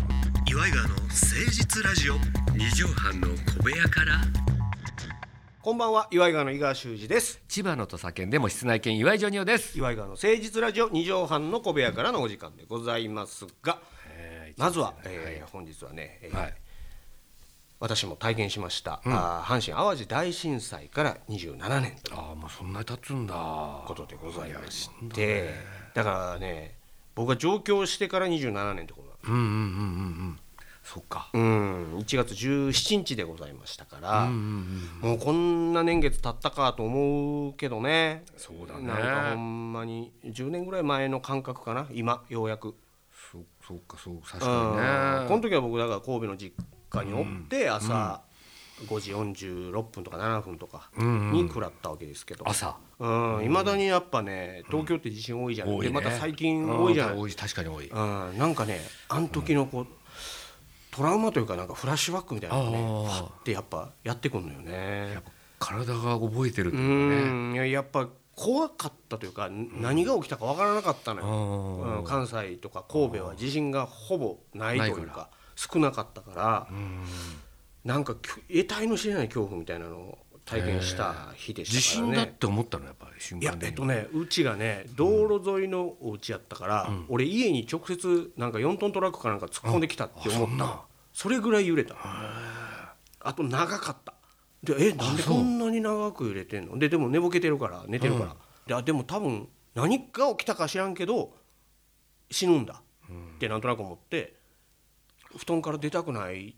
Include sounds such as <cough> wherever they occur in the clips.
イガーの誠実ラジオ二畳半の小部屋からこんばんは岩井川の井川修司です千葉の土佐県でも室内犬岩井ジョニオです岩井川の誠実ラジオ二畳半の小部屋からのお時間でございますがまずは、えー本日はね、えーはい私も体験しました、あー阪神・淡路大震災から27年というああもうそんなに経つんだことでございましてだからね僕が上京してから27年ってことなんですうんうんうんうんうんそっかうん1月17日でございましたから、うんうんもうこんな年月経ったかと思うけどねそうだねなんかほんまに10年ぐらい前の感覚かな今ようやく、そそうかそう確うんかこにねの時は僕だから神戸の実家におって朝5時46分とか7分とかうんうんに食らったわけですけど朝いま、未だにやっぱね東京って地震多いじゃない、多いでねまた最近多いじゃない、うん多い確かに多いうんなんかねあの時のこう、トラウマというかなんかフラッシュバックみたいなのがねあーわってやっぱやってくんのよね。やっぱ体が覚えてるってういうかねんいややっぱ怖かったというか、ん何が起きたかわからなかったのあよ、ーうん関西とか神戸は地震がほぼないといなういかか少なかったから、うんなんかきょ得体の知れない恐怖みたいなのを体験した日で地したから震だっね。て思ったのやっぱり瞬いや間えっ的とにねうちがね道路沿いのお家やったから、俺家に直接なんか4トントラックかなんか突っ込んできたってあ思そっんたなそれぐらい揺れたあと長かったでえなんでそうこんなに長く揺れてんのででも寝ぼけてるから寝てるから、であでも多分何が起きたか知らんけど死ぬんだってなんとなく思って布団から出たくない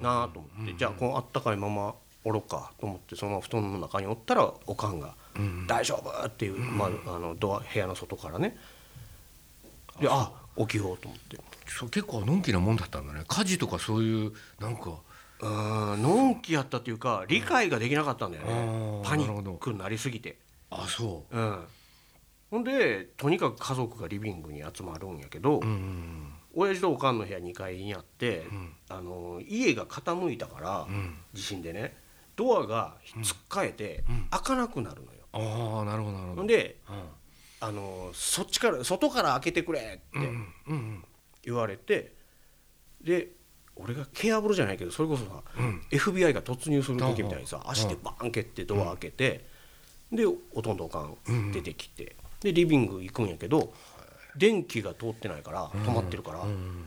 なと思って、じゃあこのあったかいままおろうかと思ってそのまま布団の中におったらおかんが「大丈夫!」っていう、まあ、あのドア部屋の外からねであ起きようと思って。そう結構のんきなもんだったんだね火事とかそういうなんかうんのんきやったというか理解ができなかったんだようんねあーパニなるほックになりすぎて、あそうん、ほんでとにかく家族がリビングに集まるんやけど、ううんうん親父とおかんの部屋2階にあって、んあの家が傾いたから、ん地震でねドアがつっかえて、開かなくなるのよ、うんああなるほどなるほほどんでうんあのそっちから外から開けてくれっうてんうん言われてで俺がケアブロじゃないけどそれこそさ、FBI が突入する時みたいにさうん足でバーン蹴ってドア開けて、でおとんどおかん出てきて、でリビング行くんやけど電気が通ってないから止まってるから、うん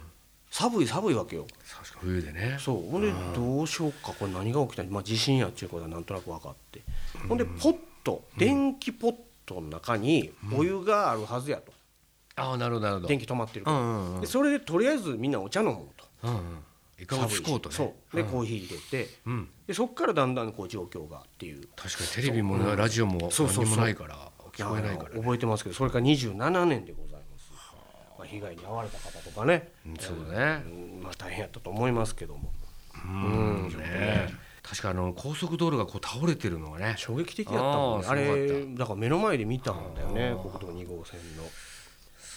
寒い寒いわけよ確かに冬でねそうほんでどうしようかこれ何が起きたの、まあ、地震やっちゅうことはなんとなく分かってほんでポット電気ポットの中にお湯があるはずやとああなるほどなるほど電気止まってるうから、んうんうんでそれでとりあえずみんなお茶飲もうと。うんうん一回落ち着こうとねそうでコーヒー入れて、うんでそこからだんだんこう状況がっていう確かにテレビもねラジオもそう何そうそうにもないから聞こえないかあのらね覚えてますけどそれから27年でございます、まあ、被害に遭われた方とかね、うんそうだねうんまあ、大変やったと思いますけどもうんね確かあの高速道路がこう倒れてるのがね衝撃的やったもんねあーすごあかれっだから目の前で見たんだよね国道2号線の。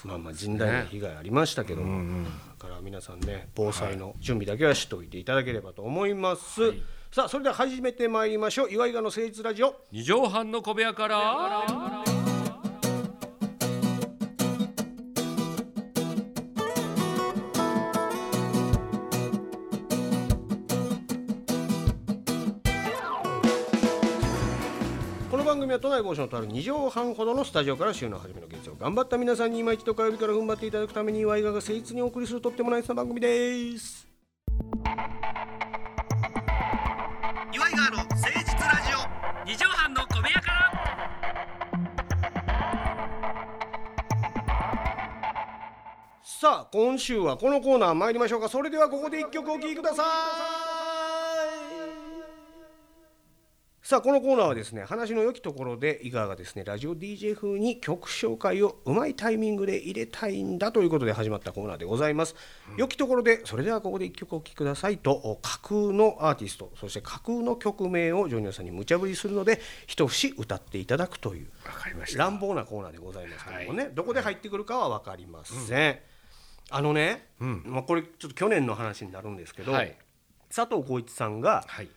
まあまあ甚大な被害ありましたけども、だから皆さんね防災の準備だけはしておいていただければと思います、さあそれでは始めてまいりましょう岩井川の誠実ラジオ二畳半の小部屋からこの番組は都内某所のとある2畳半ほどのスタジオから週の初めの月曜頑張った皆さんに今一度火曜日から踏ん張っていただくために岩井川が誠実にお送りするとってもナイスな番組です岩井川の誠実ラジオ二畳半の小部屋からさあ今週はこのコーナー参りましょうかそれではここで一曲お聴きくださいさあこのコーナーはですね話の良きところで井川がですねラジオ DJ 風に曲紹介をうまいタイミングで入れたいんだということで始まったコーナーでございます、良きところでそれではここで一曲お聴きくださいと架空のアーティストそして架空の曲名をジョニオさんに無茶ぶりするので一節歌っていただくというわかりました乱暴なコーナーでございますけどもね、どこで入ってくるかは分かりません、あのね、まあ、これちょっと去年の話になるんですけど、はい佐藤浩市さんが、はい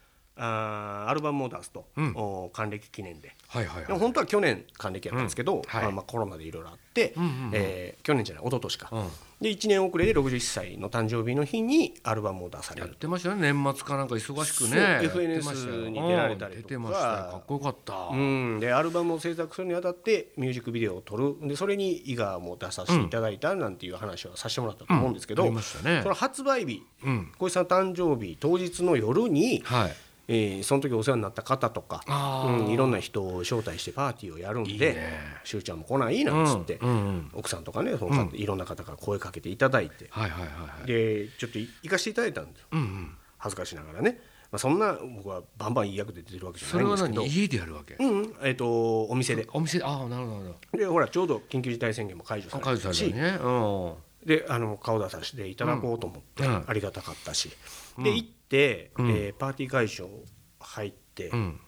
あーアルバムを出すと、うんお還暦記念ではいはいではもい本当は去年還暦やったんですけど、んはいまあ、まあコロナでいろいろあって、うんうんうんえー去年じゃない一昨年か、うんで1年遅れで61歳の誕生日の日にアルバムを出されやっるてましたね年末かなんか忙しくそうねやってましたよ FNS に出られたりとうんか出てましたよかっこよかった、うん、でアルバムを制作するにあたってミュージックビデオを撮るでそれに伊賀も出させていただいたなんていう話はさせてもらったと思うんですけど、ありましたねその発売日うん小石さん誕生日当日の夜に、はいえーその時お世話になった方とか、あーうん、いろんな人を招待してパーティーをやるんでいいねしゅうちゃんも来ないなんつって、うんうんうん奥さんとかねその方いろんな方から声かけていただいて、はいはいはいはいでちょっとい行かせていただいたんですようんうん恥ずかしながらね、まあ、そんな僕はバンバンいい役で出てるわけじゃそなれいんはですけど何家でやるわけ、うんうん、えっ、とお店でお店でああなるほどなるほでほらちょうど緊急事態宣言も解除さどれた解し除されたねうんであの顔出させていただこうと思って、うんありがたかったし、で行って、うんえーパーティー会場入って、うん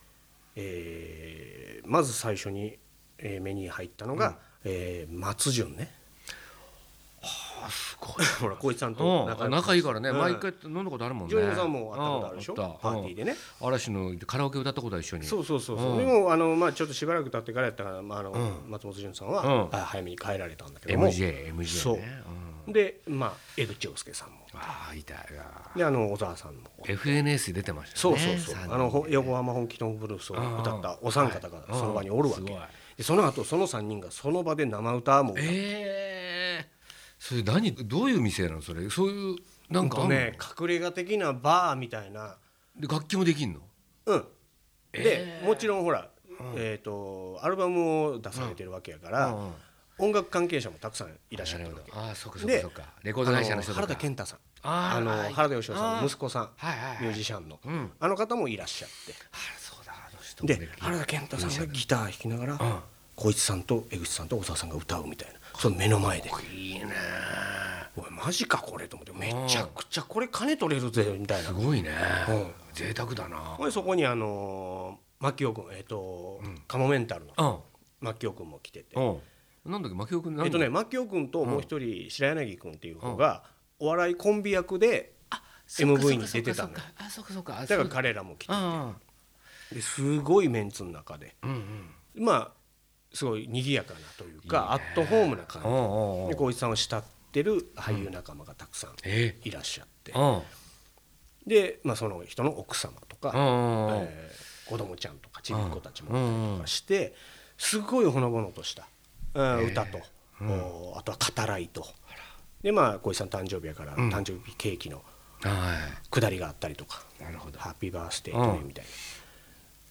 えーまず最初に、えー目に入ったのが、えー松潤ね。すごいほら光一さんと <laughs> うん、仲いいからね、うん毎回飲んだことあるもんねジョイナさんも会ったことあるでしょうんあったパーティーでねうん嵐のカラオケ歌ったことは一緒にそうそうそうそう、うんでもあの、まあ、ちょっとしばらく経ってからやったから、まああのう松本潤さんは、うんあ早めに帰られたんだけども MJMJ ねそうんで、まあ、江口洋介さんもああいたいやであの小沢さんも FNS 出てましたねそうそうそう、三人あのほ横浜本気のブルースを歌ったお三方がうんその場におるわけ、うんすごいでその後その3人がその場で生歌も歌うええそれ何どういう店なのそれそういうなんかあほんんのとね隠れ家的なバーみたいなで楽器もできんのうんで、えーもちろんほら、えー、とアルバムを出されてるわけやから、うんうん音楽関係者もたくさんいらっしゃなるるわほどけああそっかそっかそっかレコード会社の人あとか原田健太さんあーあのはい原田芳雄さんの息子さん、はいはいはいミュージシャンの、んあの方もいらっしゃってあそうだあの人もねで原田健太さんがギター弾きながら光一さんと江口さんと小沢さんが歌うみたいなその目の前でいいねおいマジかこれと思ってめちゃくちゃこれ金取れるぜみたいなすごいねうん贅沢だなほいでそこにあのー牧雄君えっ、と、カモメンタルのうん牧雄君も来ててうんなんだっけ牧雄君なんえだっとね牧雄君ともう一人白柳君っていう子がお笑いコンビ役で MV に出てたのだあそっかそっかあそっかそっかあそっからか彼らも来てあですごいメンツの中であうんうんまあすごい賑やかなというかアットホームな感うじんうんうんで光一さんを慕ってる俳優仲間がたくさんえいらっしゃって、うんうんで、まあ、その人の奥様うとんか、うんえー子供ちゃんとかちびっ子たちもういんたりとかしてすごいほのぼのとした、うん歌と、おあとは語らいとでまあ小石さん誕生日やからん誕生日ケーキのは下りがあったりとかいなるほどハッピーバースデーとねうんみたいな。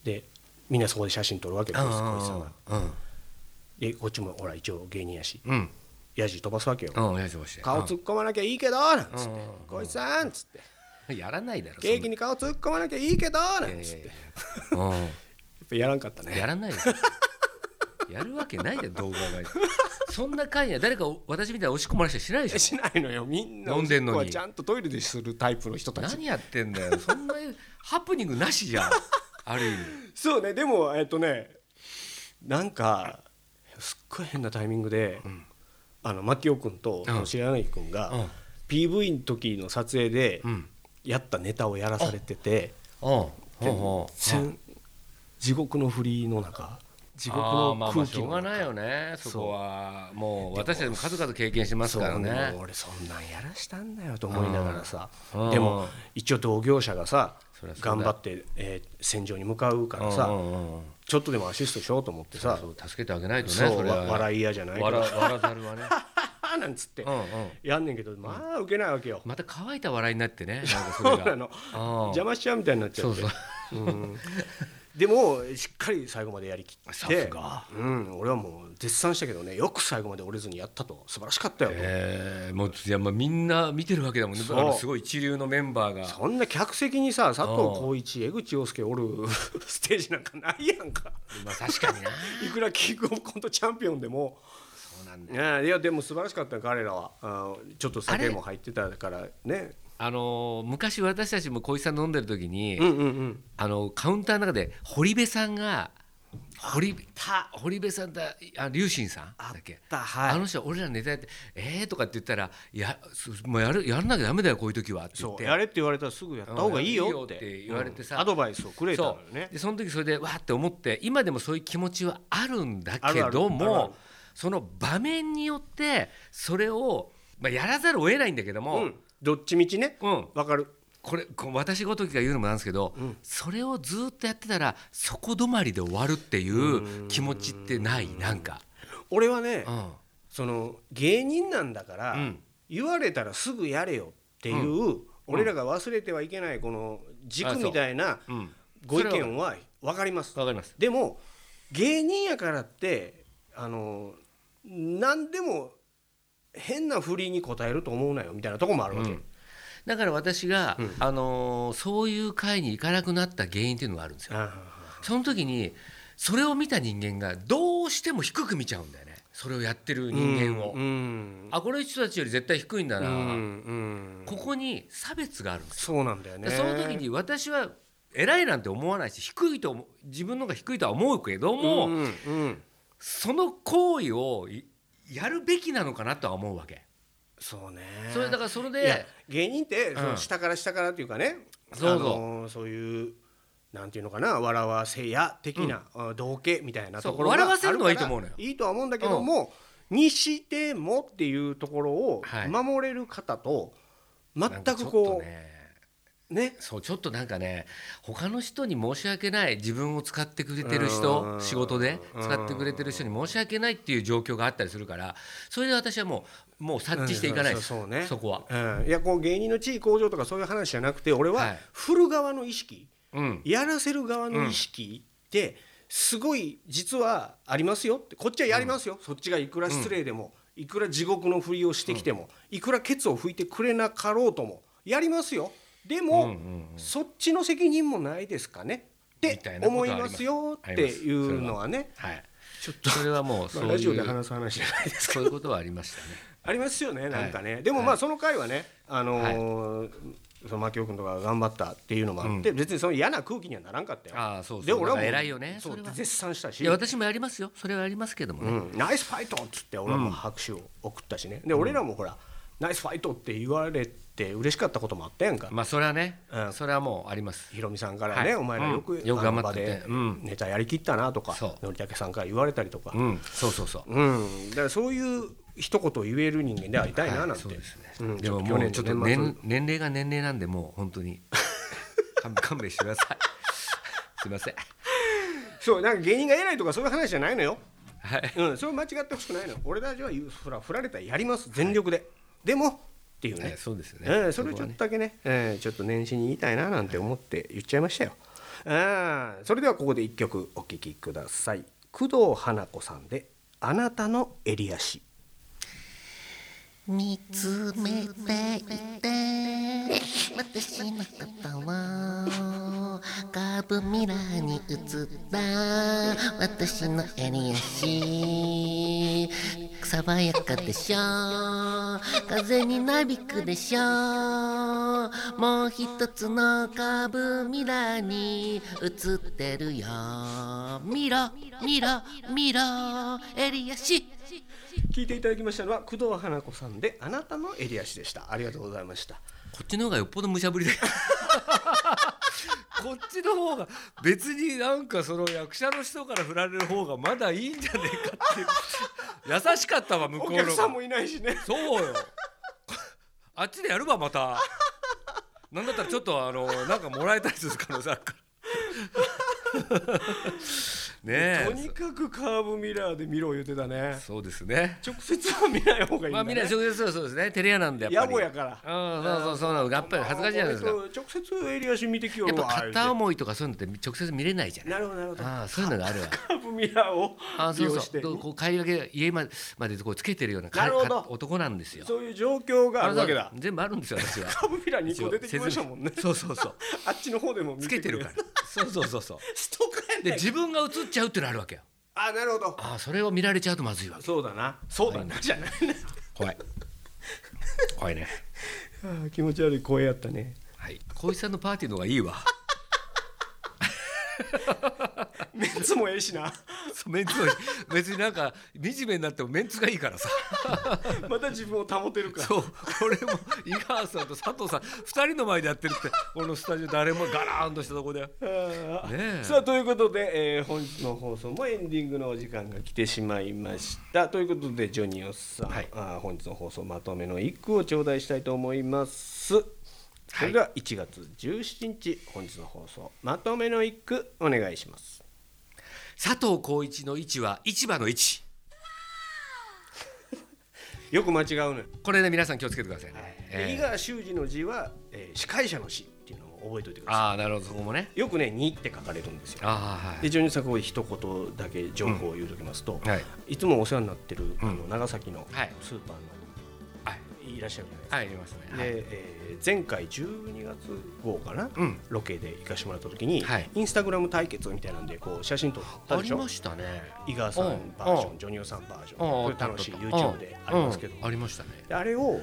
でみんなそこで写真撮るわけです小石さんが。うんでこっちもほら一応芸人やしうんヤジ飛ばすわけよ。うん、やじ飛ばして顔突っ込まなきゃいいけどなんつってうん「小石さん」っつってうんやらないだろ「ケーキに顔突っ込まなきゃいいけど」なそんんないつっやていやいややうん <laughs> っぱやらんかったね。やら <laughs> ないよやるわけないじゃん動画がそんな会や誰か私みたいに押し込まれたりしないでししないのよみんな飲んでんのにおしっこはちゃんとトイレでするタイプの人ょたち何やってんだよそんなハプニングなしじゃ <laughs> んある意味そうねでもえっとねなんかすっごい変なタイミングで、あの牧雄君とうん白柳君が、うん PV の時の撮影でんやったネタをやらされてて、うんうんうん全地獄の振りの中地獄あーまのあま空あし気ょのうが中ないよねそこはもう私たちも数々経験してますそうからねもう俺そんなんやらしたんだよと思いながらさ、うんでも一応同業者がさそりゃそうだ頑張って、えー戦場に向かうからさ、うんうんうんちょっとでもアシストしようと思ってさそう助けてあげないとねそうそれはわ笑い屋じゃないけど笑笑ざるはねあなんつっ <laughs> て、うんうんやんねんけどまあ受けないわけよ、また乾いた笑いになってねなんかそそれうが <laughs> なのあ邪魔しちゃうみたいになっちゃそっうて <laughs> そううん <laughs> でもしっかり最後までやりきってさすがうん、俺はもう絶賛したけどねよく最後まで折れずにやったと素晴らしかったよ、えー、もういやまあみんな見てるわけだもんねそうあのすごい一流のメンバーがそんな客席にさ佐藤浩市江口洋介おる <laughs> ステージなんかないやんかまあ確かにないくらキングオブコントチャンピオンでもそうなんだいやいやでも素晴らしかったよ彼らはあーちょっとあ酒れも入ってたからねあのー昔私たちも小石さん飲んでる時に、うんうんうんあのカウンターの中で堀部さんが堀堀部さんだあ龍神さんだっけたはいあの人俺らネタやって「えー」とかって言ったら「いやすもうやるやらなきゃダメだよこういう時は」って言っそうてやれって言われたらすぐやった方がいいよってうんいいよって言われてさうんアドバイスをくれたのそようねでその時それでわーって思って今でもそういう気持ちはあるんだけどあるあるあるあもるその場面によってそれを、まあ、やらざるを得ないんだけどうも、んどっちみちねうんわかるこれこう私ごときが言うのもなんですけど、うんそれをずっとやってたらそこ止まりで終わるっていう気持ちってないなんか。俺はねうんその芸人なんだからうん言われたらすぐやれよっていう俺らが忘れてはいけないこの軸みたいなうんご意見は分かりますわかりますでも芸人やからってあの何でも変な振りに応えると思うなよみたいなとこもあるわけ、うんだから私が、うんあのーそういう会に行かなくなった原因っていうのがあるんですよ。あその時にそれを見た人間がどうしても低く見ちゃうんだよねそれをやってるー人間を、うんあこの人たちより絶対低いんだうんうな、んここに差別があるんですそうなんだよよ、ねでその時に私は偉いなんて思わないし低いと思う自分の方が低いとは思うけども、うんうんその行為をいやるべきなのかなとは思うわけそうねそれだからそれいやで芸人ってそうんの下から下からっていうかね、そうそうあのーそういうなんていうのかな笑わせや的な、あ道化みたいなところそうが笑わせるのはいいと思うのよあるからいいとは思うんだけども、にしてもっていうところをはい守れる方と全なんかちくょっことう、ねねそうちょっとなんかね他の人に申し訳ない自分を使ってくれてる人うん仕事で使ってくれてる人に申し訳ないっていう状況があったりするからそれで私はもうもう察知していかないです、うんそうそうねそこは。うん、いやこう芸人の地位向上とかそういう話じゃなくて俺ははい振る側の意識、うんやらせる側の意識ってすごい実はありますよってこっちはやりますよ、そっちがいくら失礼でも、いくら地獄のふりをしてきても、いくらケツを拭いてくれなかろうともやりますよでも、うんうんそっちの責任もないですかねみったいてなことは思あいりますますよっていうのはねはい、ちょっとそれはもうそうラジオいでう話す話じゃないですそういうことはありましたね。ありますよね、なんかね、でもまあその回はね、あのーその牧雄君とかが頑張ったっていうのもあって、別にその嫌な空気にはならんかったよ。ああそうそうで俺はだかもうら偉いよねそうそれは絶賛したいしや、私もやりますよそれはやりますけどもうね、ん、ナイスファイトっつって俺はもう拍手を送ったしね、で俺らもほら、ナイスファイトって言われて嬉しかったこともあったやんか、まあそれはね、うんそれはもうあります。ひろみさんからね、はいお前らよく,、うんよく頑張っててあの場でネタやりきったなとか、そうのりたけさんから言われたりとか、うん、そうそうそう。うん、だからそういう一言を言える人間でありたいななんはいて、そうですね、うんでも去も年うのちょっと年末年年齢が年齢なんでもう本当 <laughs> に勘勘弁してくださいすいませんそうなんか芸人が偉いとかそういう話じゃないのよ、はいうん、それ間違ってほしくないの俺たちは言うそら振られたらやります全力で、でもっていうはいね、そうですよねええそれをちょっとだけねええちょっと年始に言いたいななんて思って言っちゃいましたよ、ああそれではここで一曲お聴きください工藤花子さんで「あなたの襟足」見つめていて私のことをカーブミラーに映った私の襟足爽やかでしょ風になびくでしょもう一つのカーブミラーに映ってるよ見ろ見ろ見ろ襟足聴いていただきましたのは工藤花子さんで「あなたの襟足」でしたありがとうございましたこっちの方がよっぽど無茶ぶりだよこっちの方が別になんかその役者の人から振られる方がまだいいんじゃねえかっていう優しかったわ向こうおの客さんもいないしねそうよあっちでやるわまたなんだったらちょっとあのなんかもらえたりする可能性あるから <laughs> ねとえにかくカーブミラーで見ろ言ってたねそうですね直接は見ない方がいいんだ、ね、まあみんなそうですそうですね照れ屋なんでやっぱり野暮やからうんそうそうそうなのやっぱり恥ずかしいじゃないですかあ俺と直接襟足見てきよやっるわぱ片思いとかそういうのって直接見れないじゃないなるほどなるほどああそういうのがあるわカーブミラーをああ利そう用しそてうどうこう帰りがけ家までまでこうつけてるようななるほどか男なんですよそういう状況があるわけだあそう全部あるんですよ私はカーブミラー2個出てきましたもんね一応説明そうそうそうあっちの方でも見つけてくれるからそうそうそうそう <laughs> ストーカーやでねん自分が映っちゃうっていうのあるわけよあなるほどああそれを見られちゃうとまずいわけそうだなそうだなじゃない <laughs> ね怖い怖いねあー気持ち悪い声やったねはい小石さんのパーティーの方がいいわ <laughs> メンツもええしなメンツは別になんか惨めになってもメンツがいいからさまた自分を保てるからそう俺も井川さんと佐藤さん2人の前でやってるってこのスタジオ誰もガラーンとしたとこであーねえさあということで、えー本日の放送もエンディングのお時間が来てしまいましたということでジョニオさん、あー本日の放送まとめの一句を頂戴したいと思いますそれでは1月17日本日の放送まとめの一句お願いします佐藤浩一の位置は市場の位置よく間違うのよ、これね皆さん気をつけてくださいね、えでえ井川修司の字は、えー司会者の字っていうのを覚えておいてくださああなるほどそこもねいよくね「に」って書かれるんですよああはでいジョニオさんここで一言だけ情報を言うときますと、はいいつもお世話になってる、あのうん長崎のはいスーパーはいのいらっしゃるじゃないですか。はいいますねはいで、えー前回12月号かな、うんロケで行かしてもらった時に、はいインスタグラム対決みたいなんでこう写真撮ったあでしりょましたね井川さんバージョうンんジョニオさんバージョンああこあれったあっ楽たしい YouTube でありますけど、うんありましたねであれを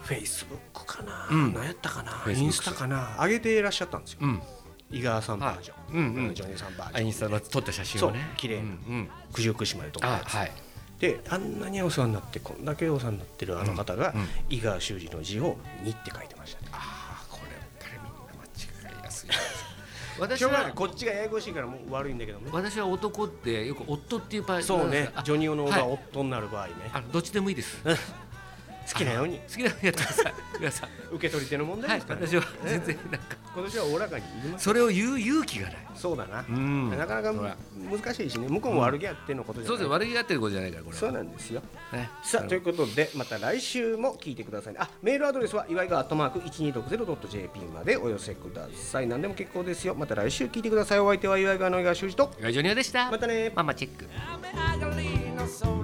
フェイスブックかな、うん何やったかな Facebook インスタかな上げていらっしゃったんですよ、うん井川さんバージョン、はいうんうんジョニオさんバージあョンインスタの撮った写真をねそう綺麗なうんうん九十九島で撮ったやあつはいであんなにお世話になってこんだけお世話になってるあの方が、うんうん井川修司の字を「に」って書いてましたねあこれ誰みんな間違いやすい私 <laughs> しょうがなはいこっちがややこしいからもう悪いんだけどね私は男ってよく夫っていう場合そうねあジョニオの方がはい夫になる場合ね、あのどっちでもいいです好好きなようにきなのやってください皆さん受け取り手の問題はいですから、ね私は全然なんか今年はおおらかに言いますそれを言う勇気がないそうだな、んなかなかそら難しいしね向こうも悪気あってのことじゃそうないですね悪気があってることじゃないからこれはそうなんですよねさあということでまた来週も聞いてくださいねあメールアドレスは岩井がアットマーク 1260.jp までお寄せください何でも結構ですよまた来週聞いてくださいお相手は岩井がの井川修司とラジオニアでしたまたねママチェック雨上がりの空